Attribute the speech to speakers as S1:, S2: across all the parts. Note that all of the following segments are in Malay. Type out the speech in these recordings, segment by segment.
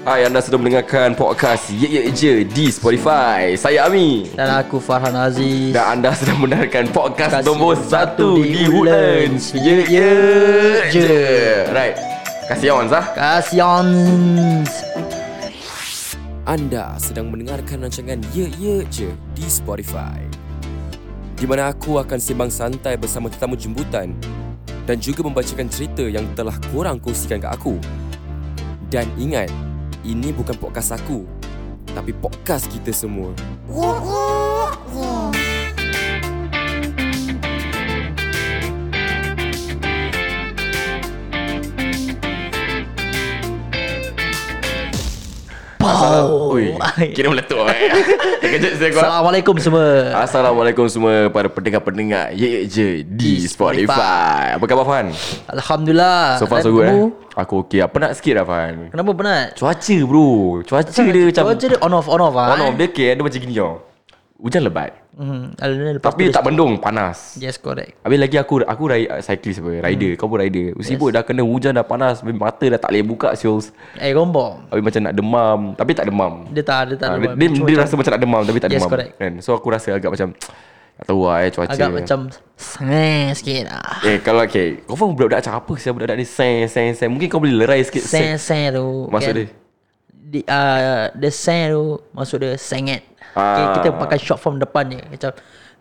S1: Hai, anda sedang mendengarkan podcast Ye Ye Je di Spotify. Saya Ami.
S2: Dan aku Farhan Aziz
S1: Dan anda sedang mendengarkan podcast
S2: Podcast
S1: nombor
S2: nombor
S1: satu
S2: satu
S1: di
S2: di
S1: Woodlands.
S2: Woodlands.
S1: Ye Ye
S2: Je.
S1: Je. Right. Kasih awak, Zah.
S2: Kasians
S3: Anda sedang mendengarkan rancangan Ye Ye Je di Spotify Di mana aku akan sembang santai bersama tetamu jemputan Dan juga membacakan cerita yang telah korang kongsikan ke aku Dan ingat, ini bukan podcast aku Tapi podcast kita semua
S2: Pow
S1: Ui, kira meletup eh. Kejap saya kuat.
S2: Assalamualaikum semua
S1: Assalamualaikum semua para pendengar-pendengar Ye Ye Je di
S2: Di Spotify. Ah,
S1: Spotify. Apa khabar, Fan?
S2: Alhamdulillah
S1: So far
S2: Dan
S1: so good eh.
S2: kamu?
S1: Aku okey. Apa nak sikit lah, Fan?
S2: Kenapa penat?
S1: Cuaca bro Cuaca dia macam
S2: Cuaca dia on off on off ah.
S1: On off dia okay, Dia macam gini tau Hujan lebat
S2: Hmm, alhamdulillah lepas
S1: Tapi
S2: tu
S1: tak mendung Panas
S2: Yes correct
S1: Habis lagi aku Aku ri- cyclist apa Rider Kau pun rider Sibuk dah kena hujan dah panas Habis Mata dah tak boleh buka Sials
S2: Eh gombong
S1: Habis macam nak demam Tapi tak demam
S2: Dia tak Dia tak
S1: Ah,
S2: ada
S1: Dia, dia, dia rasa macam nak demam Tapi tak
S2: Yes,
S1: demam
S2: correct.
S1: kan? So aku rasa agak macam Tak tahu lah eh cuaca
S2: Agak macam Sengih sikit lah
S1: Eh kalau okay Kau faham budak-budak macam apa sih Budak-budak ni Sen sen sen Mungkin kau boleh lerai sikit sen.
S2: Seng-seng tu
S1: Maksud
S2: kan?
S1: dia
S2: di, uh, The seng tu Maksud dia senget okay,
S1: Ah.
S2: Kita pakai short form depan je Macam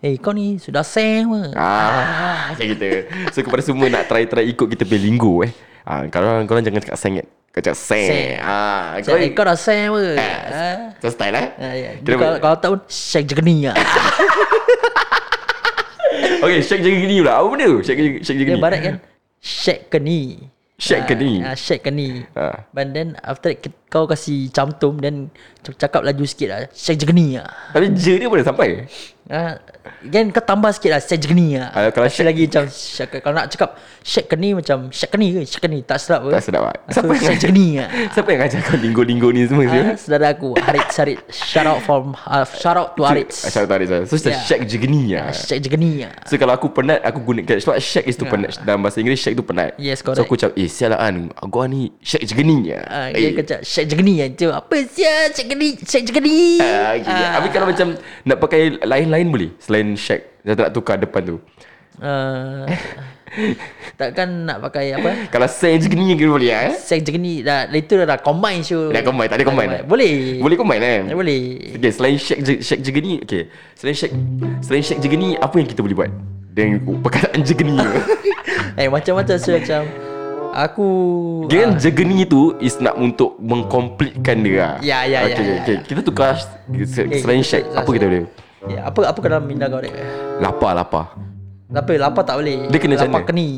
S2: Eh kau ni sudah seng apa
S1: Ah, macam kita. So kepada semua nak try-try ikut kita punya linggo eh. Ah, kalau korang jangan cakap sengit. Kau cakap
S2: Seng.
S1: seng. Ah,
S2: Macam, Eh kau dah seng apa Ah.
S1: Ah, So style eh.
S2: Ah, ya.
S1: Kira
S2: Kalau,
S1: apa?
S2: kalau tak pun Syek je geni lah
S1: Okay, shake jaga gini pula. Apa benda tu? Shake jaga shake jaga
S2: Dia
S1: gini.
S2: barat kan Syek geni
S1: Shake geni?
S2: uh, Syek geni
S1: Ah.
S2: But then after that ki- Kau kasi cantum Then c- cakap laju sikit lah Syek je geni lah
S1: Tapi je dia boleh sampai.
S2: uh, Kan kau tambah sikit lah Syek je geni lah
S1: Ah, kalau
S2: Kasi
S1: syek-
S2: lagi macam syek, Kalau nak cakap Syek geni macam Syek geni ke Syek geni tak sedap ke
S1: Tak sedap ah.
S2: Aku
S1: Siapa yang
S2: Syek
S1: ngajar?
S2: geni lah
S1: Siapa yang ngajar kau linggo-linggo ni semua tu?
S2: Ah, Saudara aku Harit Sarit Shout out from uh, Shout out to Harit
S1: Asal tak ada. So
S2: Ya.
S1: yeah. shake jaga gini ah.
S2: Syek je geni lah
S1: So kalau aku penat Aku guna catch what Shake is tu penat Dalam bahasa Inggeris Shake tu penat
S2: Yes,
S1: So
S2: correct.
S1: aku macam Eh sial lah kan Gua ni Shake je geni ya
S2: Ah, dia kata Syek je geni lah Dia, Apa sia Syek geni Syek je geni
S1: Ah, okay.
S2: Ah.
S1: Habis kalau macam nak pakai lain-lain boleh selain Shaq. Dah tak nak tukar depan tu.
S2: Uh, takkan nak pakai apa?
S1: Kalau Shaq je gini kira boleh ah, eh?
S2: Sex je ni dah itu dah, dah combine show.
S1: Dah combine, tak ada combine. eh?
S2: Boleh.
S1: Boleh combine eh?
S2: Eh, Boleh.
S1: Okay, selain Shaq je, Shaq je gini, okay. Selain Shaq, selain Shaq je gini, apa yang kita boleh buat? Dengan perkataan je gini.
S2: Eh macam-macam so macam aku
S1: Dia
S2: Ah.
S1: kan je geni tu is nak untuk mengkomplitkan dia lah.
S2: Ya, ya, ya,
S1: okay,
S2: ya,
S1: okay.
S2: ya.
S1: Kita tukar se-
S2: Okay,
S1: selain
S2: kita-
S1: Shaq, apa kita boleh?
S2: ah, ya, apa apa kau dalam minda kau dek?
S1: Lapar, lapar.
S2: Lapar lapar tak boleh.
S1: Dia kena macam
S2: lapar
S1: mana?
S2: keni.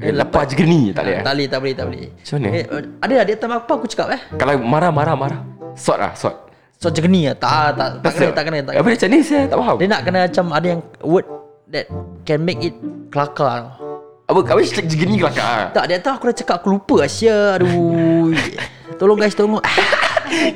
S1: Eh, lapar je geni, tak boleh
S2: Tak
S1: eh?
S2: boleh, tak boleh, tak boleh.
S1: Macam mana?
S2: Eh, ada ada time apa aku cakap eh?
S1: Kalau marah, marah, marah. Sort lah, sort.
S2: So je ni ah. Tak tak tak kena, tak kena, tak kena.
S1: Apa dia macam ni saya tak faham.
S2: Dia nak kena macam ada yang word that can make it kelakar. tau.
S1: Apa kau mesti cakap gini kelakar ah.
S2: Tak, dia tahu aku dah cakap aku lupa Asia. Aduh. tolong guys, tolong.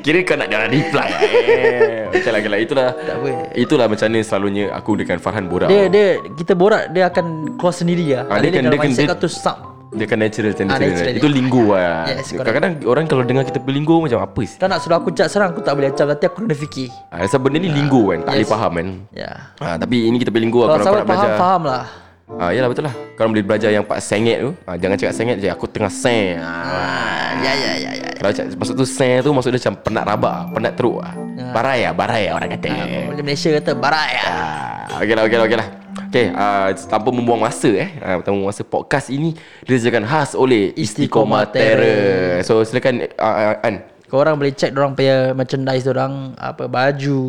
S1: Kira kau nak dia reply ah. Eh, Macam lah, lah itulah.
S2: Tak apa.
S1: Itulah macam ni selalunya aku dengan Farhan borak.
S2: dia dia kita borak dia akan keluar sendiri lah.
S1: Ah,
S2: Ha,
S1: dia
S2: dia,
S1: kan-
S2: dalam
S1: dia kan-
S2: mindset
S1: dia-
S2: kau tu sub.
S1: dia kan natural macam
S2: Ah,
S1: ni.
S2: natural
S1: Itu
S2: dia.
S1: linggo lah.
S2: Yes, correct.
S1: Kadang-kadang orang kalau dengar kita berlinggo macam apa sih?
S2: Kau nak suruh aku cakap sekarang aku tak boleh cakap nanti aku kena fikir.
S1: Ah, sebab benda ni linggo kan, tak
S2: Ya. Yes.
S1: boleh faham kan.
S2: Ya.
S1: Ah, tapi ini kita berlinggo lah
S2: Kalau
S1: kalau kau
S2: Oh, sahabat
S1: nak
S2: faham
S1: belajar.
S2: faham lah.
S1: Ah, yalah betul lah. Kalau boleh belajar yang part sengit tu, ah, jangan cakap sengit je. Aku tengah seng. Ah.
S2: Ya ya ya ya.
S1: Kalau cakap, maksud tu seng tu maksud dia macam penat rabak, penat teruk ah.
S2: Ya.
S1: Barai ah, barai ah orang kata.
S2: Boleh Malaysia kata barat ya.
S1: Ah, okey lah, okey lah, okey lah. Okey, uh, tanpa membuang masa eh, uh, tanpa membuang masa podcast ini dirajakan khas oleh Istiqomah
S2: Istiqomah
S1: Terror. So silakan uh, uh, An.
S2: Kau orang boleh check orang punya merchandise orang apa baju,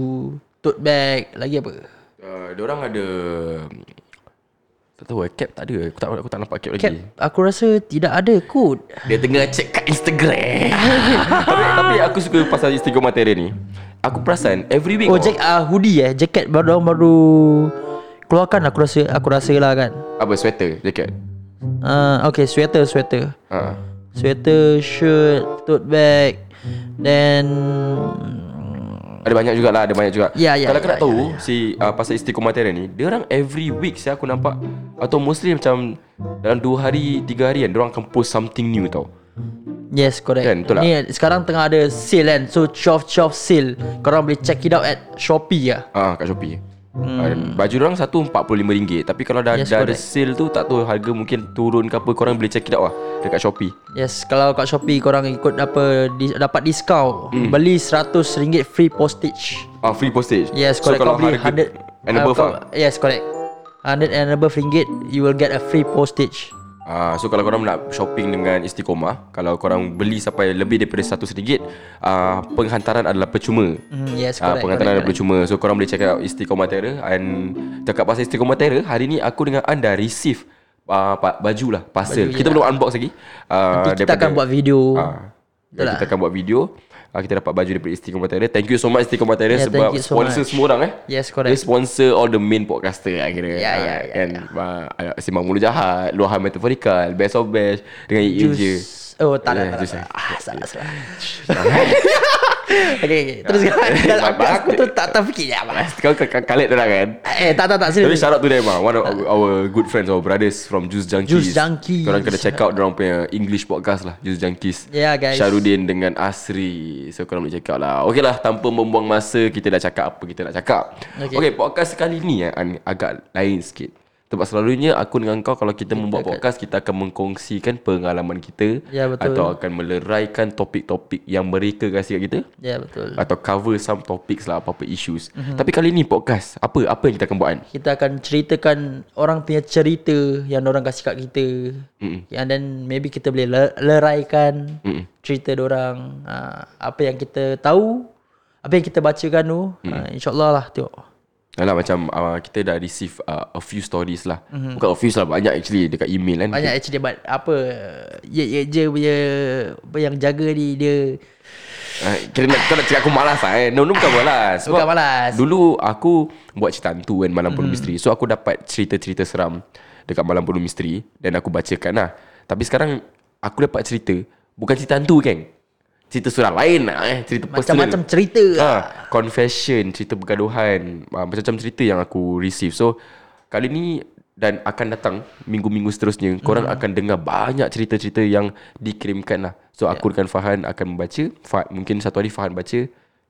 S2: tote bag, lagi apa?
S1: Uh, diorang ada tak tahu eh, cap tak ada. Aku tak aku tak nampak cap,
S2: Cap,
S1: lagi.
S2: aku rasa tidak ada kot.
S1: Dia tengah check kat Instagram. tapi, tapi aku suka pasal Istiqomah Terror ni. Aku perasan every week
S2: Oh, jack, uh, hoodie eh, jaket baru baru keluarkan aku rasa aku rasa lah kan.
S1: apa sweater, jaket.
S2: Uh, okay, sweater, sweater.
S1: Ha.
S2: Sweater, shirt, tote bag Then
S1: Ada banyak jugalah Ada banyak juga
S2: Ya, ya,
S1: Kalau kau
S2: ya,
S1: nak tahu Si uh, pasal istiqomah terror ni Dia orang every week Saya aku nampak Atau mostly macam Dalam 2 hari 3 hari kan Dia orang akan post something new tau
S2: Yes correct
S1: Kan, betul tak?
S2: Ni sekarang tengah ada sale kan So chop chop sale Korang boleh check it out at Shopee lah
S1: Ah kat Shopee. Hmm. Baju orang satu RM45 Tapi kalau dah,
S2: Yes,
S1: yes, dah ada
S2: correct.
S1: sale tu Tak tahu harga mungkin turun ke apa Korang boleh check it out lah Dekat Shopee
S2: Yes Kalau kat Shopee korang ikut apa di, Dapat diskaun
S1: Hmm.
S2: mm. Beli RM100 free postage
S1: Ah free postage
S2: Yes
S1: So
S2: correct
S1: kalau
S2: Kau beli
S1: harga
S2: 100
S1: And above
S2: kau-
S1: lah
S2: Yes correct 100 and above ringgit You will get a free postage
S1: Ah, so kalau korang nak shopping dengan Istiqomah Kalau korang beli sampai lebih daripada RM100 ah, Penghantaran adalah percuma
S2: mm, Yes
S1: Ah,
S2: correct, correct,
S1: penghantaran adalah
S2: correct.
S1: percuma So korang boleh check out Istiqomah Terra And cakap pasal Istiqomah Terra Hari ni aku dengan anda receive uh, Baju lah, parcel
S2: Baju,
S1: Kita
S2: ya.
S1: belum unbox lagi Ah,
S2: Nanti kita akan buat video
S1: Ah,
S2: Betul
S1: kita
S2: tak?
S1: akan buat video ah, Kita dapat baju daripada Istiqomah Terra Thank you so much Istiqomah Terra
S2: Yeah,
S1: Sebab
S2: Ya, thank you so
S1: sponsor
S2: much.
S1: semua orang eh
S2: Yes
S1: Dia
S2: correct
S1: sponsor all the main podcaster akhirnya.
S2: Ya, ya, ya,
S1: kan. Yeah. Simbang Mulu Jahat, Luahan Metaphorical, Best of Best dengan EE je.
S2: Juice Oh tak
S1: Yeah,
S2: lah tak
S1: juice,
S2: lah
S1: eh.
S2: Ah salah salah Okay, okay. Terus
S1: Eh,
S2: aku, aku tu
S1: bastard.
S2: tak terfikir ya, Abang.
S1: Kau kalit dia orang kan?
S2: Eh tak tak tak
S1: Tapi
S2: serius
S1: shout out to them ah. One of our, our good friends Our brothers From Juice Junkies
S2: Juice Junkies.
S1: Korang kena check out Diorang punya English podcast lah Juice Junkies
S2: Yeah, Ya, guys.
S1: Syarudin dengan Asri So korang boleh check out lah Okay lah Tanpa membuang masa Kita dah cakap Apa kita nak cakap Okay,
S2: Okay.
S1: okay podcast kali ni eh, An- Agak lain sikit sebab selalunya aku dengan kau kalau kita membuat
S2: akan-
S1: podcast kita akan mengkongsikan pengalaman kita
S2: Ya, betul.
S1: atau akan meleraikan topik-topik yang mereka kasih kat kita
S2: Ya betul
S1: atau cover some topics lah apa-apa issues.
S2: Mhm.
S1: Mm-hmm. Tapi kali ni podcast apa apa yang kita akan buat kan?
S2: Kita akan ceritakan Orang punya cerita Yang orang kasih kat kita Ya,
S1: Mm-mm.
S2: And then maybe kita boleh le- leraikan
S1: Mm-mm.
S2: Cerita orang Apa yang kita tahu Apa yang kita bacakan tu ah, InsyaAllah lah tengok
S1: Alah macam uh, kita dah receive uh, a few stories lah. Mm-hmm. Bukan a few lah banyak actually dekat email kan.
S2: Mhm. Banyak actually but Apa Ye ye je punya apa Yang jaga ni dia
S1: Uh, kira nak, kau nak cakap aku malas lah eh. No, no bukan malas. Sebab
S2: Bukan malas. Mhm.
S1: Dulu aku buat cerita hantu kan Malam Penuh Misteri. So aku dapat cerita-cerita seram dekat Malam Penuh Misteri dan aku bacakan lah. Tapi sekarang aku dapat cerita bukan cerita hantu kan. Cerita surah lain lah eh. Cerita personal.
S2: Macam-macam cerita
S1: ha, confession, cerita bergaduhan, ha, macam-macam cerita yang aku receive. So kali ni dan akan datang minggu-minggu seterusnya, korang
S2: Hmm.
S1: akan dengar banyak cerita-cerita yang dikirimkan lah. So aku
S2: Ya.
S1: dengan Fahan akan membaca, Fah, mungkin satu hari Fahan baca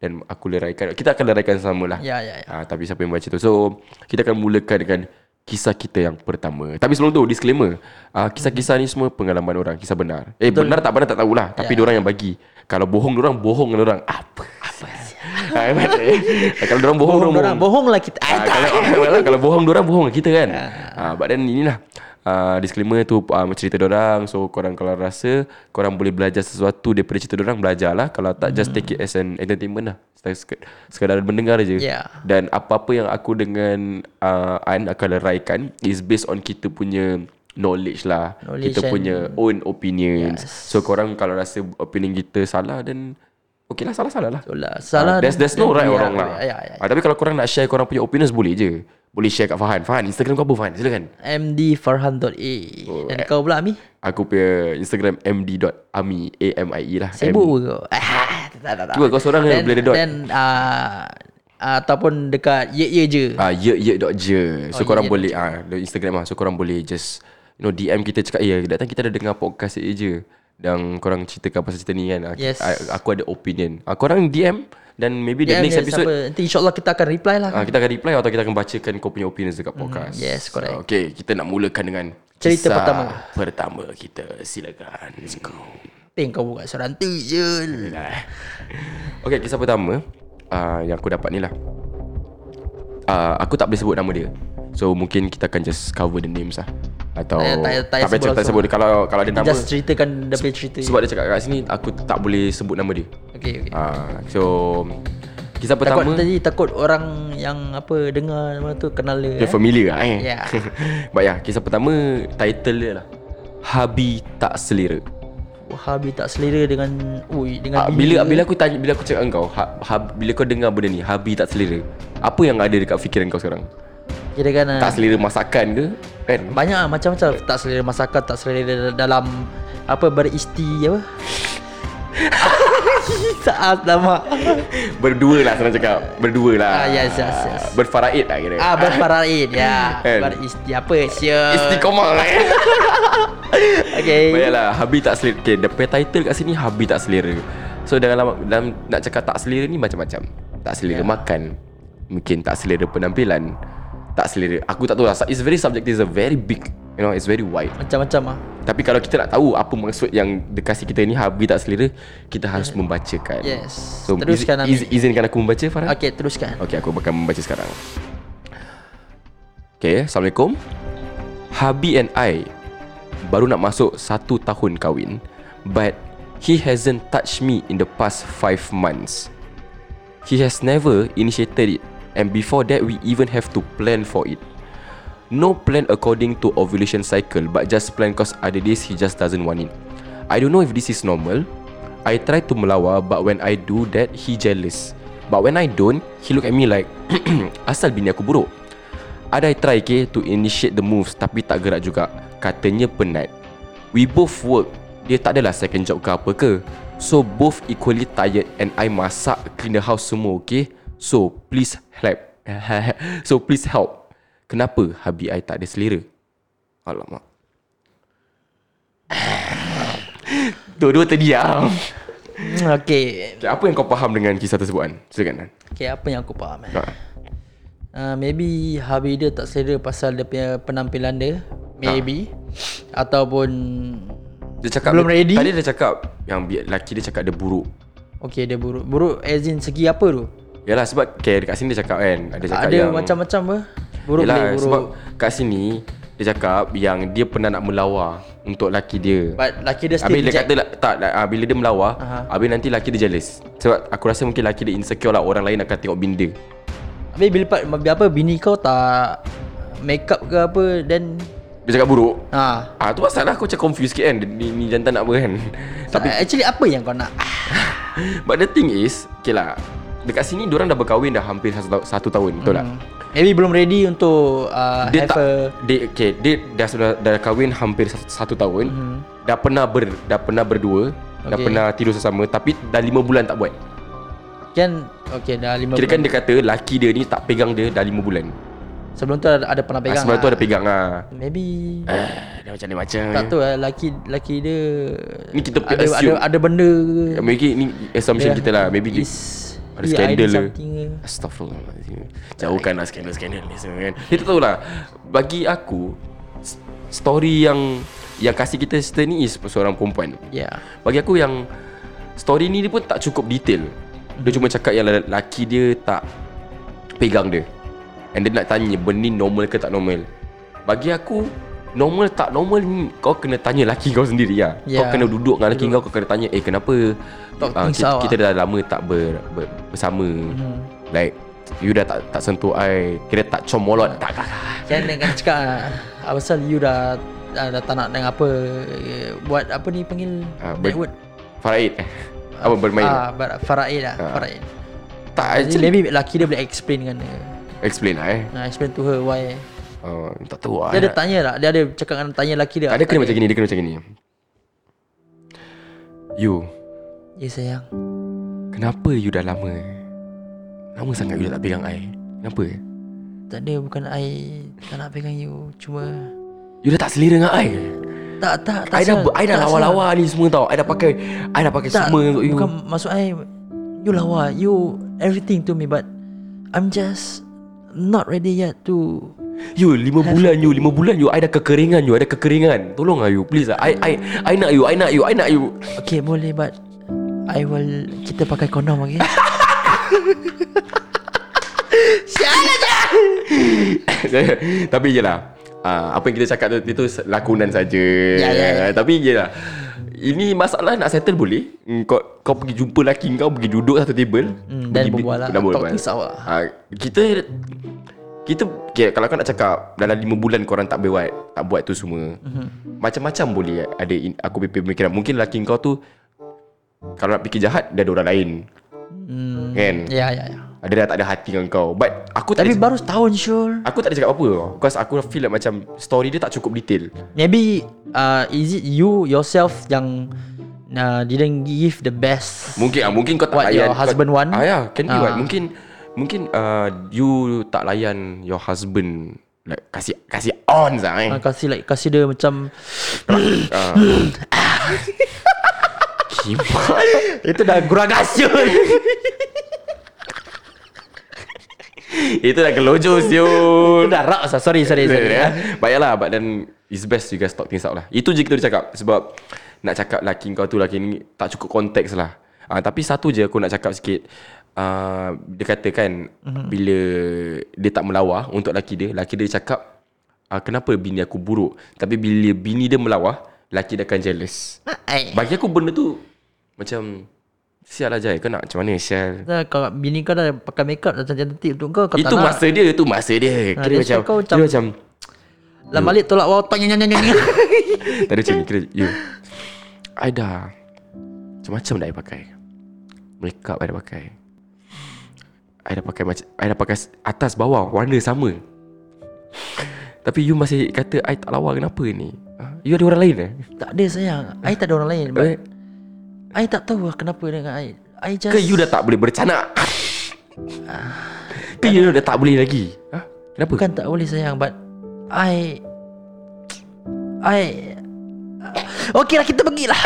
S1: dan aku leraikan. Kita akan leraikan sama lah.
S2: Ya ya ya
S1: Ha, tapi siapa yang baca tu So kita akan mulakan dengan Kisah kita yang pertama Tapi sebelum tu disclaimer uh, Kisah-kisah ni semua pengalaman orang Kisah benar Eh benar tak benar tak tahulah Tapi diorang yang bagi Kalau bohong diorang bohong dengan orang Apa Apa ha, kan? Eh, Kalau diorang bohong
S2: Bohong
S1: diorang
S2: orang
S1: bohong
S2: Bohong lah kita
S1: Ah,
S2: Ah,
S1: kalau, kalau, kalau bohong diorang bohong dengan kita kan uh, But then inilah uh, Disclaimer tu uh, cerita diorang So korang kalau rasa Korang boleh belajar sesuatu Daripada cerita diorang Belajar lah Kalau tak
S2: Hmm.
S1: just take it as an entertainment lah Sekadar- Sekadar mendengar je
S2: Ya.
S1: dan apa-apa yang aku dengan uh, An akan leraikan is based on kita punya knowledge lah.
S2: Knowledge
S1: kita
S2: and-
S1: punya own opinions.
S2: Yes.
S1: So korang kalau rasa opinion kita salah then okay lah salah-salah lah.
S2: Betul lah
S1: Ah,
S2: Salah
S1: there's, there's no right
S2: Ya,
S1: or wrong lah.
S2: Ya ya
S1: Ah, tapi kalau korang nak share korang punya opinions boleh je. Boleh share kat Fahan. Fahan Instagram kau apa Fahan? Silakan.
S2: mdfarhan.a Dan kau pula Ami
S1: Aku punya Instagram md.ami A-M-I-E lah.
S2: Sibuk ke kau Ah, Tak tak tak
S1: Cuba kau seorang je
S2: Then-
S1: boleh ada dot.
S2: Then ah, Ataupun dekat Ye ye je
S1: Ah uh, ye ye dot je. So oh,
S2: Oh,
S1: korang
S2: ye ye
S1: boleh ah uh, Instagram ah. So korang boleh just you know DM kita cakap ya datang kita ada dengar podcast ye je. Dan korang ceritakan pasal cerita ni kan. Aku,
S2: Yes.
S1: aku ada opinion. Ah korang DM dan maybe the
S2: Dia
S1: next
S2: ada
S1: episode
S2: siapa. Nanti insyaAllah kita akan reply lah
S1: ah kita akan reply atau kita akan bacakan kau punya opinions dekat podcast.
S2: Hmm, yes, correct.
S1: So, okay, kita nak mulakan dengan
S2: Cerita
S1: kisah
S2: pertama.
S1: Pertama kita silakan. Let's go.
S2: Peng kau buka seorang tu je
S1: Okay, kisah pertama uh, yang aku dapat ni lah. Uh, aku tak boleh sebut nama dia. So mungkin kita akan just cover the names lah. Atau
S2: Tak payah- tak payah- tak payah
S1: tak payah
S2: sebut
S1: tak
S2: langsung.
S1: sebut kalau kalau ada nama
S2: Just ceritakan Dia punya cerita
S1: sebab dia cakap kat sini aku tak boleh sebut nama dia.
S2: Okay okay
S1: Uh, so kisah
S2: Takut
S1: pertama
S2: tadi takut orang yang apa dengar nama tu kenal dia.
S1: dia
S2: eh.
S1: familiar lah eh.
S2: Yeah.
S1: But yeah, kisah pertama title dia lah. Habi tak selera.
S2: Wahabi tak selera dengan ui
S1: Ah,
S2: dengan
S1: bila bila aku tanya bila aku cakap dengan kau, ha, ha, bila kau dengar benda ni, habi tak selera. Apa yang ada dekat fikiran kau sekarang?
S2: kira kan
S1: Tak selera masakan ke Kan
S2: Banyak lah macam-macam Tak selera masakan Tak selera dalam Apa beristi Apa Saat lama
S1: Berdua lah senang cakap Berdua lah
S2: Ah, yes, yes, yes.
S1: Berfaraid lah kira
S2: Ah berfaraid ya.
S1: Kan?
S2: Beristi apa sia.
S1: Istiqomah lah eh
S2: Okay.
S1: Baiklah Habi tak selera Okay dia punya title kat sini Habi tak selera So dalam, dalam Nak cakap tak selera ni Macam-macam Tak
S2: Ya.
S1: selera yeah. makan Mungkin tak selera penampilan Tak selera Aku tak tahu lah It's very subjective It's a very big You know It's very wide
S2: Macam-macam ah.
S1: Tapi kalau kita nak tahu Apa maksud yang Dia kasih kita ni Habi tak selera Kita harus membacakan
S2: Ya. Yes.
S1: So
S2: Teruskan,
S1: teruskan
S2: Amir.
S1: iz, iz, Izinkan aku membaca Farah
S2: Okay teruskan.
S1: Okey, aku akan membaca sekarang. Okey, Assalamualaikum. Habi and I baru nak masuk satu tahun kahwin, but he hasn't touched me in the past five months. He has never initiated it, and before that, we even have to plan for it. No plan according to ovulation cycle, but just plan cause other days he just doesn't want it. I don't know if this is normal. I try to melawa, but when I do that, he jealous. But when I don't, he look at me like, asal bini aku buruk. Ada I try ke to initiate the moves tapi tak gerak juga. Katanya penat. We both work. Dia tak adalah second job ke apa ke. So both equally tired and I masak clean the house semua okay. So please help. so please help. Kenapa Habi I tak ada selera? Alamak. Dua-dua terdiam.
S2: Hmm, Okay.
S1: Okay, apa yang kau faham dengan kisah tersebut An? Silakan An.
S2: Okay apa yang aku faham eh.
S1: Ha.
S2: Uh, maybe Habi dia tak selera pasal dia punya penampilan dia. Maybe.
S1: Ah.
S2: Ataupun
S1: Dia cakap
S2: Belum ready?
S1: Tadi dia cakap Yang bi- lelaki dia cakap dia buruk
S2: Okay dia buruk Buruk as in segi apa tu
S1: Yalah sebab okay, dekat sini dia cakap kan Ada cakap
S2: Ada
S1: yang
S2: macam-macam apa Buruk
S1: Yalah,
S2: boleh buruk
S1: sebab kat sini Dia cakap yang dia pernah nak melawa Untuk laki dia
S2: But laki dia
S1: Habis
S2: still
S1: dia
S2: reject
S1: kata la- tak, la- ah, bila dia melawa uh-huh. Habis nanti laki dia jealous Sebab aku rasa mungkin laki dia insecure lah Orang lain akan tengok benda
S2: Habis bila part apa Bini kau tak Make up ke apa Then
S1: Dia cakap buruk
S2: ha.
S1: Ah tu pasal lah aku macam confused sikit kan Ni, ni jantan nak apa kan
S2: Tapi Actually apa yang kau nak
S1: But the thing is Okay lah Dekat sini orang dah berkahwin dah hampir satu, ta- satu tahun Betul tak?
S2: Maybe belum ready untuk uh,
S1: dia
S2: Have
S1: tak
S2: a
S1: dia okay, dia dah sudah dah kahwin hampir satu, satu tahun. Mm-hmm. Dah pernah ber dah pernah berdua, okay. dah
S2: Mhm. Okay.
S1: pernah tidur sesama tapi dah lima bulan tak buat.
S2: Kan Okay dah lima
S1: Kira kan
S2: bulan
S1: dia kata laki dia ni tak pegang dia dah lima bulan.
S2: Sebelum tu ada, ada pernah
S1: Pegang
S2: pegang
S1: Sebab tu
S2: lah.
S1: ada pegang ah.
S2: Maybe
S1: Ah, dah macam ni macam.
S2: Tak tahu lah Laki, laki dia
S1: Ni kita punya
S2: ada, ada,
S1: assume.
S2: ada benda ke
S1: Maybe ni assumption
S2: Dia-
S1: kita lah. Maybe dia,
S2: is-
S1: ada
S2: he
S1: skandal
S2: hiding
S1: ke.
S2: something ke.
S1: Astaghfirullahaladzim Jauhkan lah skandal-skandal ni semua kan Kita tahulah Bagi aku s- Story yang Yang kasih kita cerita ni Is seorang perempuan
S2: Yeah
S1: Bagi aku yang Story ni dia pun tak cukup detail Dia cuma cakap yang lelaki dia tak Pegang dia And dia nak tanya Benda ni normal ke tak normal Bagi aku Normal tak normal ni Kau kena tanya lelaki kau sendiri lah yeah. Kau
S2: Ya.
S1: kena duduk dengan lelaki kau Kau kena tanya Eh kenapa
S2: Talk
S1: ah,
S2: things
S1: kita,
S2: out lah. Hmm.
S1: kita dah lama tak ber, ber, bersama Like You dah tak tak sentuh I Kira tak comolot Tak kakak
S2: Kan dengan cakap ah, Pasal you dah dah, dah tak nak dengan apa eh, Buat apa ni panggil
S1: Ah,
S2: uh,
S1: ber-
S2: Network
S1: Faraid eh Apa bermain
S2: ah, bar- Faraid lah
S1: Ah.
S2: Faraid
S1: Tak
S2: Jadi
S1: actually
S2: maybe lelaki dia boleh explain dengan dia
S1: Explain lah eh
S2: Nah, explain to her why
S1: oh, Tak tahu lah
S2: Dia ada
S1: eh.
S2: tanya tak Dia ada cakap dengan tanya lelaki dia
S1: Tak ada kena macam gini Dia kena macam gini You
S2: Ya sayang
S1: Kenapa you dah lama Lama sangat you dah tak pegang I Kenapa
S2: Tak ada bukan I Tak nak pegang you Cuma
S1: You dah tak selera dengan I
S2: Tak tak tak
S1: I dah,
S2: salah,
S1: I dah
S2: tak salah.
S1: lawa-lawa ni semua tau I dah pakai I dah pakai
S2: Tak
S1: semua untuk you
S2: Bukan maksud I You lawa You everything to me But I'm just Not ready yet to
S1: You lima bulan you Lima bulan you I dah kekeringan you I dah kekeringan Tolong lah you Please lah I, I, I nak you I nak you I nak you
S2: Okay boleh but I will Kita pakai kondom okay
S1: Tapi je lah uh, Apa yang kita cakap tu Itu lakonan saja.
S2: Ya, ya, ya.
S1: Tapi je lah ini masalah nak settle boleh Hmm, Kau kau pergi jumpa laki kau Pergi duduk satu table
S2: Hmm,
S1: pergi
S2: dan
S1: bi-
S2: berbual lah.
S1: dan
S2: Talk
S1: berbual.
S2: things out lah.
S1: Ah, Kita Kita okay, Kalau kau nak cakap Dalam 5 bulan korang tak buat Tak buat tu semua
S2: Mhm.
S1: Macam-macam boleh Ada in, aku punya pemikiran Mungkin laki kau tu Kalau nak fikir jahat Dia ada orang lain
S2: hmm.
S1: Kan
S2: Ya ya ya
S1: Ada dah tak ada hati dengan kau But aku tak
S2: Tapi
S1: ada-
S2: baru setahun Syul
S1: Aku tak ada cakap apa tau Because aku feel like macam Story dia tak cukup detail
S2: Maybe uh, Is it you yourself yang uh, didn't give the best.
S1: Mungkin ah mungkin kau tak
S2: What
S1: layan
S2: your husband
S1: kau,
S2: want?
S1: Ah ya, can be
S2: Ah.
S1: what. Mungkin mungkin uh, you tak layan your husband like kasih kasih on sah eh.
S2: Ah, kasih like kasih dia macam
S1: Kimak.
S2: itu dah kurang asyik.
S1: Itu dah kelojo siul.
S2: Itu dah rak sah. Sorry, sorry, sorry.
S1: Yeah. Baiklah "Eh, But then It's best you guys talk things out lah Itu je kita boleh cakap Sebab Nak cakap laki kau tu Laki ni Tak cukup konteks lah uh, Tapi satu je aku nak cakap sikit uh, Dia kata kan
S2: Mhm.
S1: mm-hmm. Bila Dia tak melawa Untuk laki dia Laki dia cakap uh, Kenapa bini aku buruk Tapi bila bini dia melawa Laki dia akan jealous
S2: Ai.
S1: Bagi aku benda tu Macam Sial lah Jai Kau nak macam mana sial
S2: Dah kau bini kau dah pakai makeup dah cantik untuk kau kau
S1: Itu
S2: tak
S1: masa dia Itu masa dia
S2: lah. Ah,
S1: Kira
S2: dia
S1: macam
S2: cakap kau
S1: Kira
S2: macam-
S1: macam
S2: nak. Lah balik tolak wow tanya nyanyi nyanyi.
S1: Tak ada macam ni Kira you I dah Macam-macam dah I pakai Makeup I dah pakai I dah pakai macam I dah pakai s- atas bawah Warna sama Tapi you masih kata I tak lawa kenapa ni ha? You ada orang lain eh
S2: tak ada sayang. Ai tak ada orang lain.
S1: eh?
S2: Ai tak tahu lah kenapa dengan ai. Ai just
S1: Ke you dah tak boleh bercanak Ke you dah tak boleh lagi ha? Kenapa
S2: Bukan tak boleh sayang But I I Okay lah kita pergilah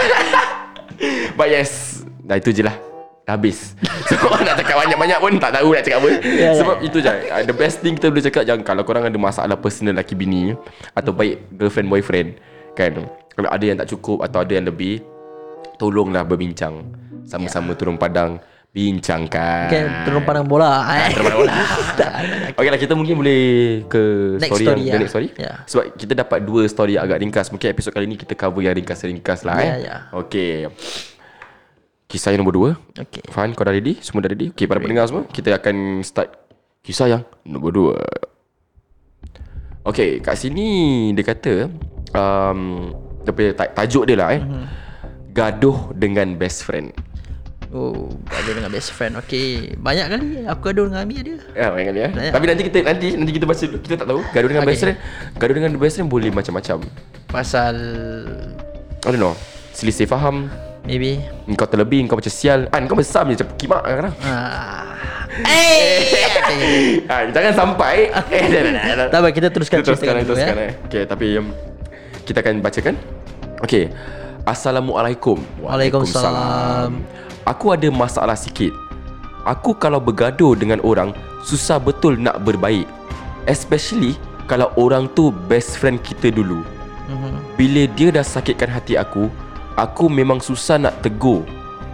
S1: But yes Dah itu je lah Dah habis So nak cakap banyak-banyak pun Tak tahu nak cakap
S2: Ya,
S1: apa yeah, Sebab yeah. itu je Uh, The best thing kita boleh cakap Yang kalau korang ada masalah Personal laki bini Atau baik Girlfriend boyfriend Kan Kalau ada yang tak cukup Atau ada yang lebih Tolonglah berbincang Sama-sama yeah. turun padang Bincangkan
S2: Ya. Kan turun pandang bola I-
S1: Turun padang lah Okay lah kita mungkin boleh Ke
S2: Next
S1: story,
S2: story,
S1: yang,
S2: ya.
S1: the Next story
S2: Ya.
S1: Sebab kita dapat dua story yang agak ringkas Mungkin episod kali ni Kita cover yang ringkas-ringkas lah eh.
S2: Ya, ya.
S1: Okay Kisah yang nombor dua
S2: Okay
S1: Fahan kau dah ready? Semua dah ready? Okay para pendengar semua Kita akan start Kisah yang Nombor dua Okay kat sini Dia kata um, Dia punya ta- tajuk dia lah eh
S2: Mhm.
S1: Gaduh dengan best friend
S2: Oh Gaduh dengan best friend Okay Banyak kali aku gaduh dengan Ami ada
S1: Ya, banyak kali ya. Tapi nanti kita nanti nanti kita baca dulu. Kita tak tahu. Gaduh dengan okay.
S2: Okay.
S1: best friend. Gaduh dengan best friend boleh macam-macam.
S2: Pasal
S1: I don't know. Selisih faham.
S2: Maybe
S1: Kau terlebih, kau macam sial. An, kau besar macam kimak kadang-kadang.
S2: ah. Eh
S1: ha, jangan sampai. Eh, dah, dah, dah, dah.
S2: Ah, Tak apa kita teruskan
S1: Kita teruskan, kita
S2: cerita dulu, ya.
S1: teruskan eh. Okay, tapi um, kita akan bacakan. Okay. Assalamualaikum.
S2: Waalaikumsalam.
S1: Aku ada masalah sikit. Aku kalau bergaduh dengan orang, susah betul nak berbaik. Especially kalau orang tu best friend kita dulu. Bila dia dah sakitkan hati aku, aku memang susah nak tegur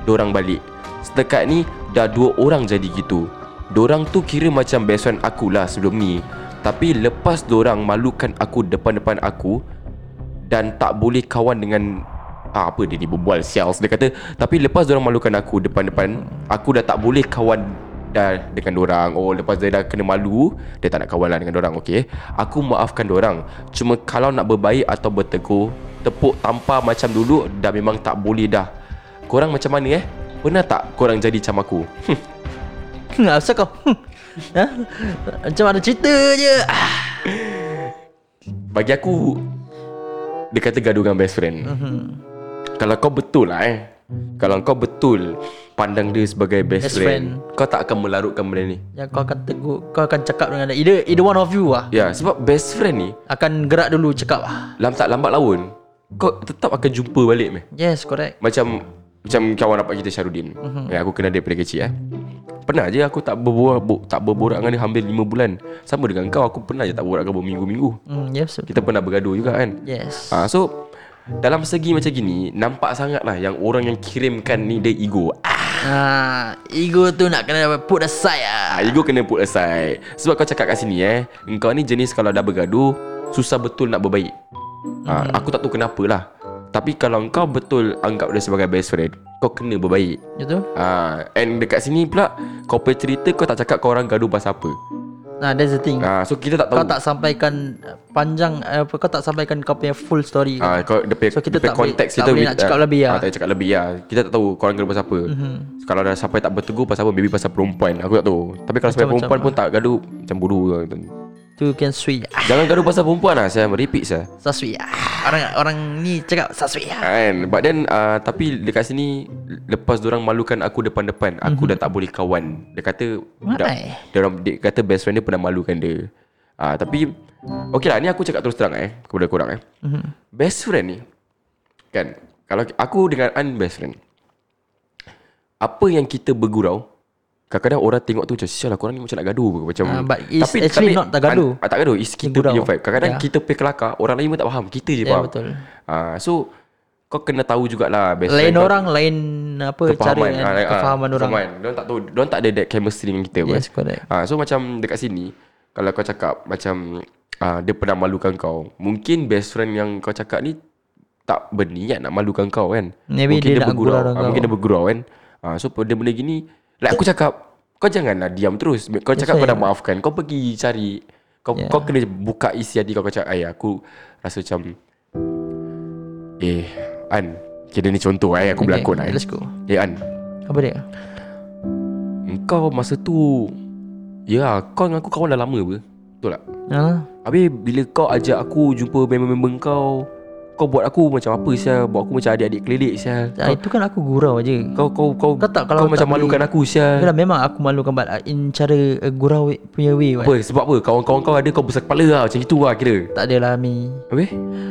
S1: dorang balik. Setakat ni dah dua orang jadi gitu. Dorang tu kira macam best friend aku lah sebelum ni. Tapi lepas dorang malukan aku depan-depan aku dan tak boleh kawan dengan ah, apa dia ni berbual sial. Dia kata, tapi lepas dorang malukan aku depan-depan, aku dah tak boleh kawan dah dengan orang oh lepas dia dah kena malu dia tak nak kawan lah dengan orang okey aku maafkan orang cuma kalau nak berbaik atau bertegur tepuk tampar macam dulu dah memang tak boleh dah korang macam mana eh pernah tak korang jadi macam aku hmm,
S2: Hmm, asal kau hmm. ha? Macam ada cerita je ah.
S1: bagi aku dia kata gaduh dengan best friend kalau kau betul lah eh kalau kau betul pandang dia sebagai best,
S2: Best
S1: best friend, friend kau tak akan melarutkan benda ni
S2: Yang kau akan tegur Kau akan cakap dengan dia Either, either one of you lah
S1: ya sebab best friend ni
S2: Akan gerak dulu cakap ah.
S1: lam tak lambat laun kau tetap akan jumpa balik meh
S2: Yes correct
S1: Macam Macam kawan rapat kita Syarudin mm-hmm. Yang aku kenal dia daripada kecil eh Pernah je aku tak berborak bo, Tak berborak dengan dia hampir 5 bulan Sama dengan kau Aku pernah je tak berborak dengan kau berminggu-minggu
S2: Hmm, yes, betul.
S1: Kita pernah bergaduh juga kan
S2: Yes.
S1: ha, So Dalam segi macam gini Nampak sangat lah Yang orang yang kirimkan ni Dia ego
S2: Ah, ego tu nak kena put aside ah.
S1: ah, Ego kena put aside Sebab kau cakap kat sini eh Engkau ni jenis kalau dah bergaduh Susah betul nak berbaik ah, Aku tak tahu kenapa lah Tapi kalau kau betul Anggap dia sebagai best friend Kau kena berbaik
S2: Gitu.
S1: Ah, and dekat sini pula kau punya cerita kau tak cakap kau orang gaduh pasal apa.
S2: Nah, that's the thing.
S1: Ah, so kita tak tahu.
S2: Kau tak sampaikan panjang eh, apa kau tak sampaikan kau punya full story.
S1: Ah,
S2: Ah,
S1: kau dia punya,
S2: So, kita
S1: dia punya
S2: tak boleh-
S1: konteks
S2: tak
S1: kita
S2: boleh nak cakap lebih Mhm. lah.
S1: Ah, tak boleh cakap lebih lah. Kita tak tahu kau orang gaduh pasal apa. Mm-hmm. Kalau dah sampai tak bertegur pasal apa, maybe pasal perempuan. Aku tak tahu. Tapi kalau sampai
S2: Macam-macam lah.
S1: perempuan pun tak gaduh macam bodoh.
S2: tu can sweet. Ah,
S1: Jangan gaduh pasal perempuan lah saya repeat saya.
S2: so sweet. Ah. orang orang ni cakap Saswi lah.
S1: Kan But then uh, Tapi dekat sini Lepas orang malukan aku depan-depan
S2: Mhm.
S1: Aku dah tak boleh kawan Dia kata budak,
S2: Why?
S1: dia, orang, dia kata best friend dia pernah malukan dia uh, Tapi Okay lah ni aku cakap terus terang eh Kepada korang eh
S2: Mhm.
S1: Best friend ni Kan Kalau aku dengan An best friend Apa yang kita bergurau Kadang-kadang orang tengok tu macam Sial lah korang ni macam nak gaduh ke Macam
S2: Ah, but it's actually not tak gaduh.
S1: an, ah, Tak gaduh It's kita
S2: Gurau.
S1: punya vibe Kadang-kadang
S2: Ya.
S1: kita punya kelakar Orang lain pun tak faham Kita je
S2: Ya,
S1: faham
S2: betul.
S1: Ah, so kau kena tahu jugalah best
S2: Lain
S1: friend kau-
S2: orang lain apa cara
S1: kefahaman,
S2: dan
S1: ah, like, ah,
S2: kefahaman orang.
S1: Kefahaman. Diorang tak tahu, diorang tak ada that chemistry dengan kita
S2: Yes,
S1: pun.
S2: correct.
S1: Ah, so macam dekat sini kalau kau cakap macam ah, dia pernah malukan kau, mungkin best friend yang kau cakap ni tak berniat nak malukan kau kan.
S2: Maybe
S1: mungkin
S2: dia nak gurau
S1: Ah,
S2: kau.
S1: mungkin dia bergurau kan. Ah, so benda-benda gini like aku cakap kau janganlah diam terus. Kau cakap kau
S2: why.
S1: dah maafkan, kau pergi cari kau
S2: Yeah.
S1: yeah. kau kena buka isi hati kau kau cakap, "Ai, aku rasa macam eh An, kira ni contoh eh aku okay, berlakon lah, eh.
S2: Let's go.
S1: Eh An,
S2: Apa dia? Ha?
S1: Engkau masa tu Ya kau dengan aku kawan dah lama apa Betul tak?
S2: Ha?
S1: Habis bila kau ajak aku jumpa member-member kau Kau buat aku macam apa sial Buat aku macam adik-adik kelilik sial
S2: Ah, itu kan aku gurau aje.
S1: Kau kau kau,
S2: Kau tak kalau
S1: kau macam
S2: tak boleh-
S1: malukan eh? aku sial
S2: Yalah memang aku malukan but in cara uh, gurau punya way
S1: Apa
S2: what.
S1: sebab apa kawan-kawan kau ada kau besar kepala lah Macam itu lah kira
S2: Tak adalah Mi.
S1: Habis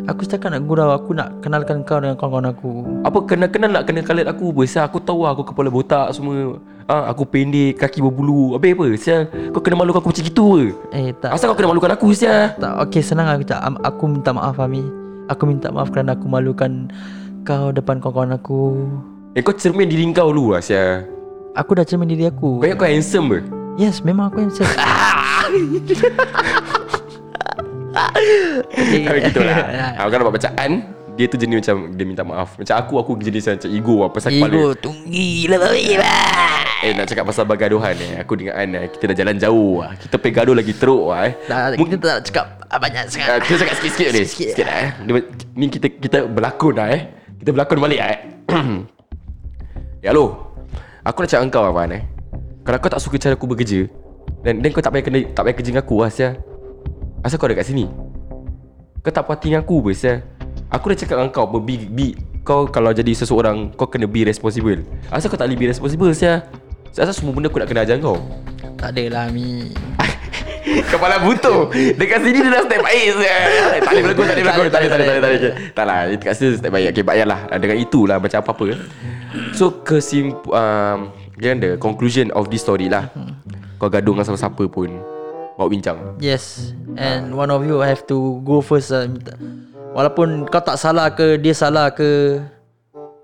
S2: Aku setakat nak gurau aku nak kenalkan kau dengan kawan-kawan aku.
S1: apa kenal-kenal nak kena kalat aku apa Sial aku tahu lah aku kepala botak semua ha, Aku pendek kaki berbulu Habis apa sial Kau kena malukan aku macam gitu ke
S2: Eh tak.
S1: Asal kau kena malukan aku sial
S2: Tak okey senang aku tak am- aku minta maaf Ami. Aku minta maaf kerana aku malukan kau depan kawan-kawan aku.
S1: Eh kau cermin diri kau dulu lah sial
S2: Aku dah cermin diri aku.
S1: Kau ingat kau handsome ke?
S2: Yes, memang aku yang self. okay.
S1: Tapi gitu
S2: Ya,
S1: lah Aku kan buat bacaan Dia tu jenis macam Dia minta maaf Macam aku Aku jenis macam ego lah Pasal
S2: Ego
S1: ego. kepala
S2: tinggi lah babi lah.
S1: Eh nak cakap pasal bergaduhan eh Aku dengan An eh Kita dah jalan jauh lah Kita pergi gaduh lagi teruk lah eh
S2: Tak, kita tak nak cakap banyak
S1: Ah,
S2: sangat.
S1: Kita cakap sikit-sikit ni
S2: Sikit-sikit.
S1: Sikit lah eh Dia- Ni kita kita berlakon lah eh Kita berlakon balik lah eh Ya lo Aku nak cakap dengan kau Afan eh Kalau kau tak suka cara aku bekerja Dan, dan kau tak payah kena Tak payah kerja dengan aku lah Sial Asal kau ada kat sini Kau tak puas hati dengan aku pun Sial Aku dah cakap dengan kau apa, be, be, Kau kalau jadi seseorang Kau kena be responsible Asal kau tak boleh be responsible Sial Asal semua benda aku nak kena ajar kau
S2: Tak adalah Mi.
S1: Kepala butuh Dekat sini dia dah step baik Eh, Tak boleh berlaku Tak boleh berlaku Tak boleh tak boleh tak boleh, tak boleh Okay. Tak lah Dekat sini step baik Okay bayar lah Dengan itulah Macam apa-apa eh. So kesimp um, Dia kan the conclusion of this story lah Kau gaduh dengan siapa-siapa pun Bawa bincang
S2: Yes, and one of you have to go first lah. Minta- Walaupun kau tak salah ke dia salah ke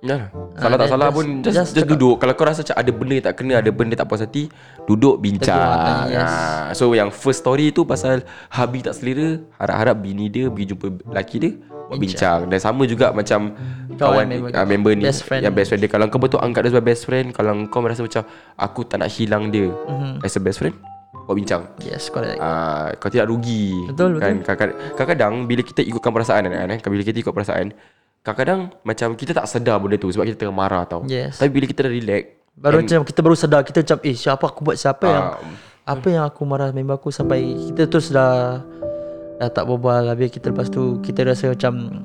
S1: Ya lah. Salah tak
S2: Ah, then
S1: salah
S2: just-
S1: pun Just,
S2: just
S1: just,
S2: cakap.
S1: duduk Kalau kau rasa macam ada benda yang tak kena Ada benda yang tak puas hati Duduk bincang
S2: Tegur lah, yes.
S1: Ah, So yang first story tu Pasal Habi tak selera Harap-harap bini dia Pergi jumpa lelaki dia Buat bincang Dan sama juga macam Kawan,
S2: member
S1: member,
S2: kau.
S1: member ni
S2: Best friend.
S1: Yang best friend dia Kalau kau betul angkat dia sebagai best friend Kalau kau merasa macam Aku tak nak hilang dia
S2: Mhm.
S1: mm-hmm. As a best friend Buat bincang
S2: Yes, correct.
S1: uh, kau tidak rugi
S2: Betul,
S1: kan Kadang- kadang-kadang bila kita ikutkan perasaan kan eh bila kita ikut perasaan kadang-kadang macam kita tak sedar benda tu sebab kita tengah marah tau
S2: Yes.
S1: tapi bila kita dah relax
S2: Baru macam kita baru sedar kita macam eh siapa aku buat siapa yang
S1: Ah.
S2: apa yang aku marah member aku sampai kita terus dah dah tak berbual habis kita lepas tu kita rasa macam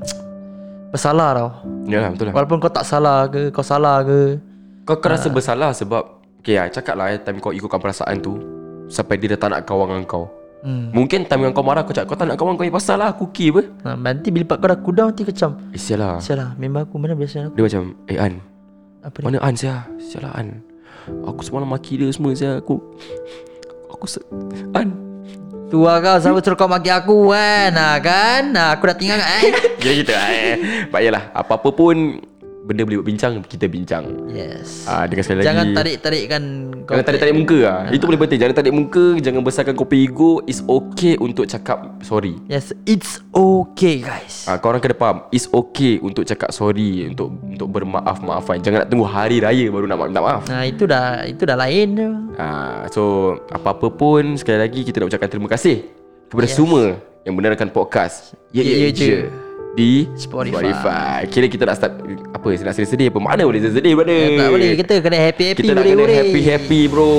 S2: bersalah tau.
S1: yalah betul lah
S2: Walaupun kau tak salah ke kau salah ke
S1: kau, kau
S2: Ah.
S1: rasa bersalah sebab okay lah cakap lah eh, time kau ikutkan perasaan tu sampai dia dah tak nak kawan dengan kau
S2: Hmm.
S1: mungkin time yang kau marah kau cakap kau tak nak kawan kau punya pasal lah aku okay apa
S2: Nah, nanti bila part kau dah cool down nanti kau macam
S1: eh sial lah
S2: Sial lah member aku mana biasa aku
S1: dia macam eh An
S2: apa ni?
S1: mana An sial sial lah An aku semalam maki dia semua sial aku aku se- An
S2: Tua lah kau siapa suruh kau maki aku kan ha, kan ha, aku dah tinggal kan eh?
S1: Kira gitu lah eh. But yelah Apa-apa pun Benda boleh buat bincang Kita bincang
S2: Yes
S1: Ah, Dengan sekali lagi
S2: Jangan tarik-tarikkan kau
S1: Jangan tarik-tarik muka lah Itu boleh penting Jangan tarik muka Jangan besarkan kopi ego It's okay untuk cakap sorry
S2: Yes it's okay guys
S1: Ah, korang kena faham It's okay untuk cakap sorry Untuk untuk bermaaf-maafan Jangan nak tunggu hari raya Baru nak ma- minta maaf
S2: Nah itu dah itu dah lain tu.
S1: Ah, so apa-apa pun sekali lagi kita nak ucapkan terima kasih kepada yes. semua yang benarkan podcast. Ya
S2: Ya,
S1: ya
S2: ya je.
S1: je. di
S2: Spotify.
S1: Spotify. Kira kita nak start apa nak sedih-sedih apa? Mana boleh sedih-sedih brother?
S2: Eh, tak boleh kita kena happy-happy
S1: Kita nak
S2: boleh,
S1: kena
S2: boleh.
S1: happy-happy bro.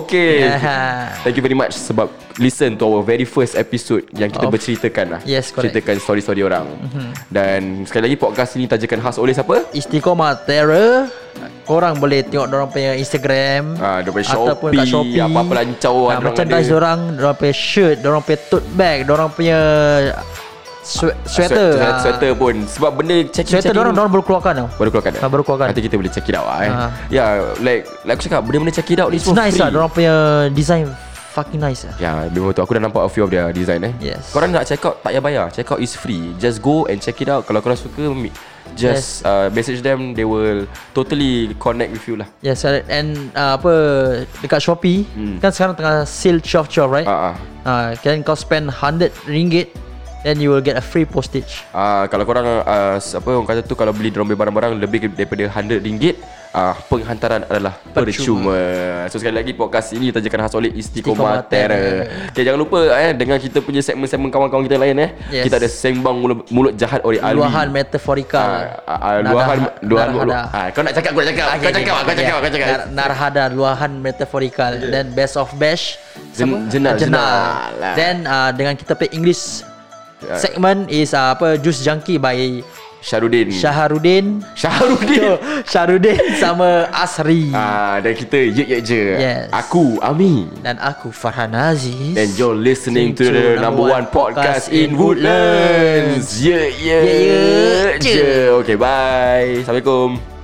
S1: Okay.
S2: Yeah.
S1: Thank you very much sebab listen to our very first episode yang kita
S2: Of-
S1: berceritakan lah.
S2: Yes, correct.
S1: Ceritakan story-story orang. Mm-hmm. Dan sekali lagi podcast ini tajakan khas oleh siapa?
S2: Istiqomah Terror Korang boleh tengok dorang punya Instagram
S1: Ah, dorang punya
S2: Ataupun
S1: Shopee,
S2: kat Shopee
S1: apa-apa lancau
S2: ah,
S1: dorang
S2: Merchandise
S1: ada.
S2: dorang Dorang punya shirt Dorang punya tote bag Dorang punya swe- Sweater
S1: Sweater,
S2: ah.
S1: sweater pun sebab benda check
S2: Sweater dorang Dorang baru keluarkan tau
S1: baru keluarkan dah.
S2: Ah, baru keluarkan.
S1: Nanti kita boleh check it out lah eh.
S2: Ah.
S1: Ya, yeah, like like aku cakap benda-benda check it out ni
S2: It's
S1: semua
S2: nice
S1: free.
S2: lah Dorang punya design Fucking nice lah
S1: Ya, memang tu aku dah nampak a few of their design eh.
S2: Yes.
S1: Korang nak check out tak payah bayar. Check out is free. Just go and check it out. Kalau korang suka mi- just yes. uh, message them they will totally connect with you lah.
S2: Yes correct. and uh, apa dekat Shopee hmm. kan sekarang tengah sale 12 12 right?
S1: Ah, ah.
S2: Uh, kan kau spend 100 ringgit then you will get a free postage.
S1: Ah uh, kalau korang uh, apa orang kata tu kalau beli drone barang-barang lebih daripada RM100 ah uh, penghantaran adalah percuma. So sekali lagi podcast ini tajakan khas oleh Istiqomah
S2: Istiqomah
S1: Terror. Okay, jangan lupa eh dengan kita punya segmen-segmen kawan-kawan kita lain eh.
S2: Yes.
S1: Kita ada sembang mulut, mulut jahat oleh Alwi.
S2: Luahan metaforika.
S1: Ah, ah, ah, luahan
S2: Naraha-
S1: luahan mulut.
S2: narahada.
S1: Ah kau nak cakap aku nak cakap.
S2: Okay,
S1: Kau cakap
S2: okay,
S1: kau cakap
S2: yeah.
S1: kau cakap.
S2: Nar- Narhada luahan metaforikal then best of bash
S1: Jen-
S2: Siapa?
S1: jenal,
S2: jenal.
S1: jenal Ya. lah.
S2: Then uh, dengan kita play English segment is uh, apa Juice Junkie by
S1: Hmm. Syarudin.
S2: Syaharudin
S1: Syahrudin.
S2: Syaharudin sama Asri
S1: Ah dan kita ye ye je.
S2: Yes.
S1: Aku Ami.
S2: dan aku Farhan Aziz
S1: And you're listening to the number one podcast in Woodlands. Yeah, yeah,
S2: Yeah, yeah,
S1: yeah. Okay, bye. Assalamualaikum.